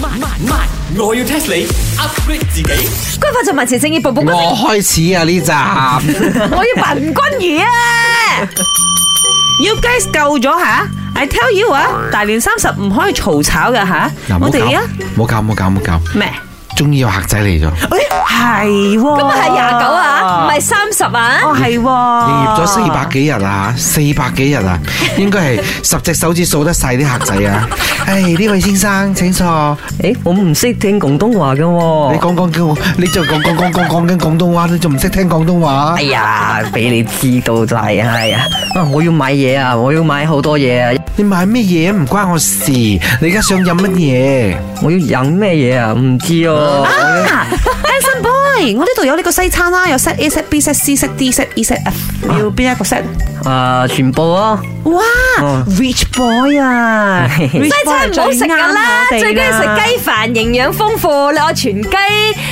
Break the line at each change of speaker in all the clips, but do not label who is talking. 慢慢，我要 test 你 upgrade 自己。
軍法在民前正義步步
我
高升，
開始啊呢集，
我要扮吳君 如啊！
You guys 夠咗吓！I tell you 啊，大年三十唔可以嘈吵嘅吓。
嗱唔好
我哋啊
搞，唔好搞，唔好搞，唔好搞，
咩？
終於有客仔嚟咗，
誒係喎，
今日係廿九啊，
Ờ.
唔係三十啊
哦，係喎，
營
營
業咗四百幾日啊，四百幾日啊，應該係十隻手指數得晒啲客仔 啊！唉，呢位先生請坐，
诶，我唔識聽廣東話嘅
你
喎。
講講叫我，你就講講講講講緊廣東話，你仲唔識聽廣東話
哎？呀，俾你知道就係係啊！啊，我要買嘢啊，我要買好多嘢啊，
你買咩嘢唔關我事，你而家想飲乜嘢？
我要飲咩嘢啊？唔知哦。
啊，Anson Boy，我呢度有呢個西餐啦，有 set A、set B、set C、set D、set E、set F，你要邊一個 set？
啊，全部啊，
哇
哦
，Rich Boy à. 啊，西
西餐唔好食噶啦，最緊要食雞飯，營養豐富。你愛全雞、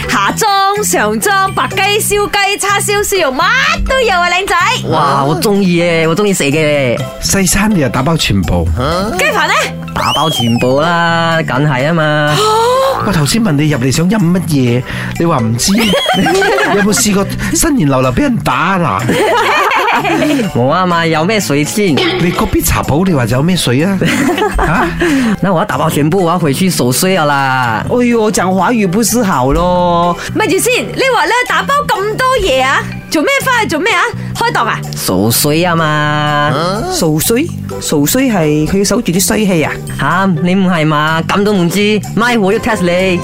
下裝、上裝、白雞、燒雞、叉燒、燒肉，乜都有啊，靚仔。
哇，我中意嘅，我中意食嘅，
西餐你又打包全部，
雞飯咧，
打包全部啦，梗係啊嘛。
我頭先問你入嚟想飲乜嘢，你話唔 知，你有冇試過新年流流俾人打啊嗱？
我啊嘛，有咩水先？
你嗰邊茶鋪你話有咩水 啊？嚇
那我要打包全部，我要回去守歲啊啦。
哎呦，講華語不思考咯。
咪住先。你話你打包咁多嘢啊？做咩翻去做咩啊？開檔啊？
守歲啊嘛。
傻衰，傻衰係佢要守住啲衰氣啊！
吓、你唔係嘛？咁都唔知，咪我要 test 你。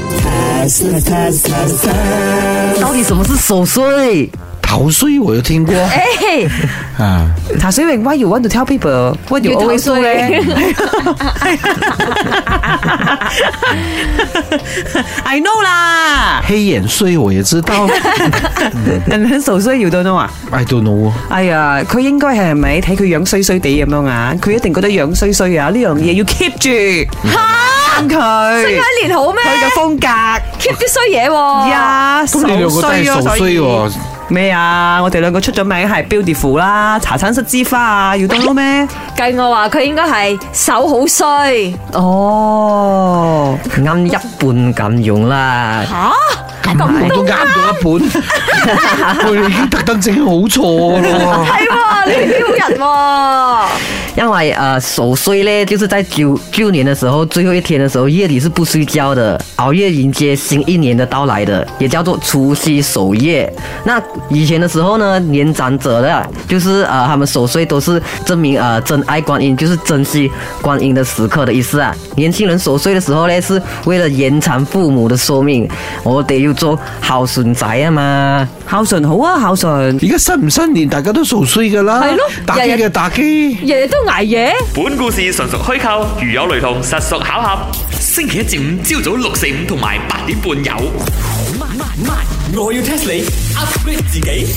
到底什麼是守歲？
頭衰我有聽過
誒，
啊，
茶水榮 why you want to tell people what you
要
always do
頭
咧
衰
？I know 啦，
黑眼衰我也知 道
人哋傻衰要到 know à? 啊！
，I don't know 啊。
哎呀，佢應該係咪睇佢樣衰衰地咁樣啊？佢一定覺得樣衰衰啊！呢樣嘢要 keep 住，啱
新
佢
一年好咩
佢嘅風格。
？keep 啲衰嘢喎。
呀，
咁你兩個都係
手
傻
衰
衰啊
咯
喎
所以咩啊？我哋兩個出咗名係 beautiful 啦，茶餐室之花啊，要得咯咩？
計我話佢應該係手好衰。
哦，
啱一半咁用啦。
吓咁
我都啱 咗一半，我哋已經特登整好錯咯。
係喎，你撩人 喎。
因為呃守歲呢，就是在九旧年的時候，最後一天的時候，夜裡是不睡覺的，熬夜迎接新一年的到來的，也叫做除夕守夜。那以前的時候呢，年长者的，就是呃他們守歲都是证明呃真愛觀音，就是珍惜觀音的時刻的意思啊。年輕人守歲的時候呢，是為了延長父母的壽命，我得要做孝順仔啊嘛。
孝順好啊，孝順。
而家新唔新年，大家都傻衰噶啦。
係咯
打機
日日
嘅打機。
日日都捱夜。
本故事純屬虛構，如有雷同，實屬巧合。星期一至五朝早六四五同埋八點半有。我要 test 你 upgrade 自己。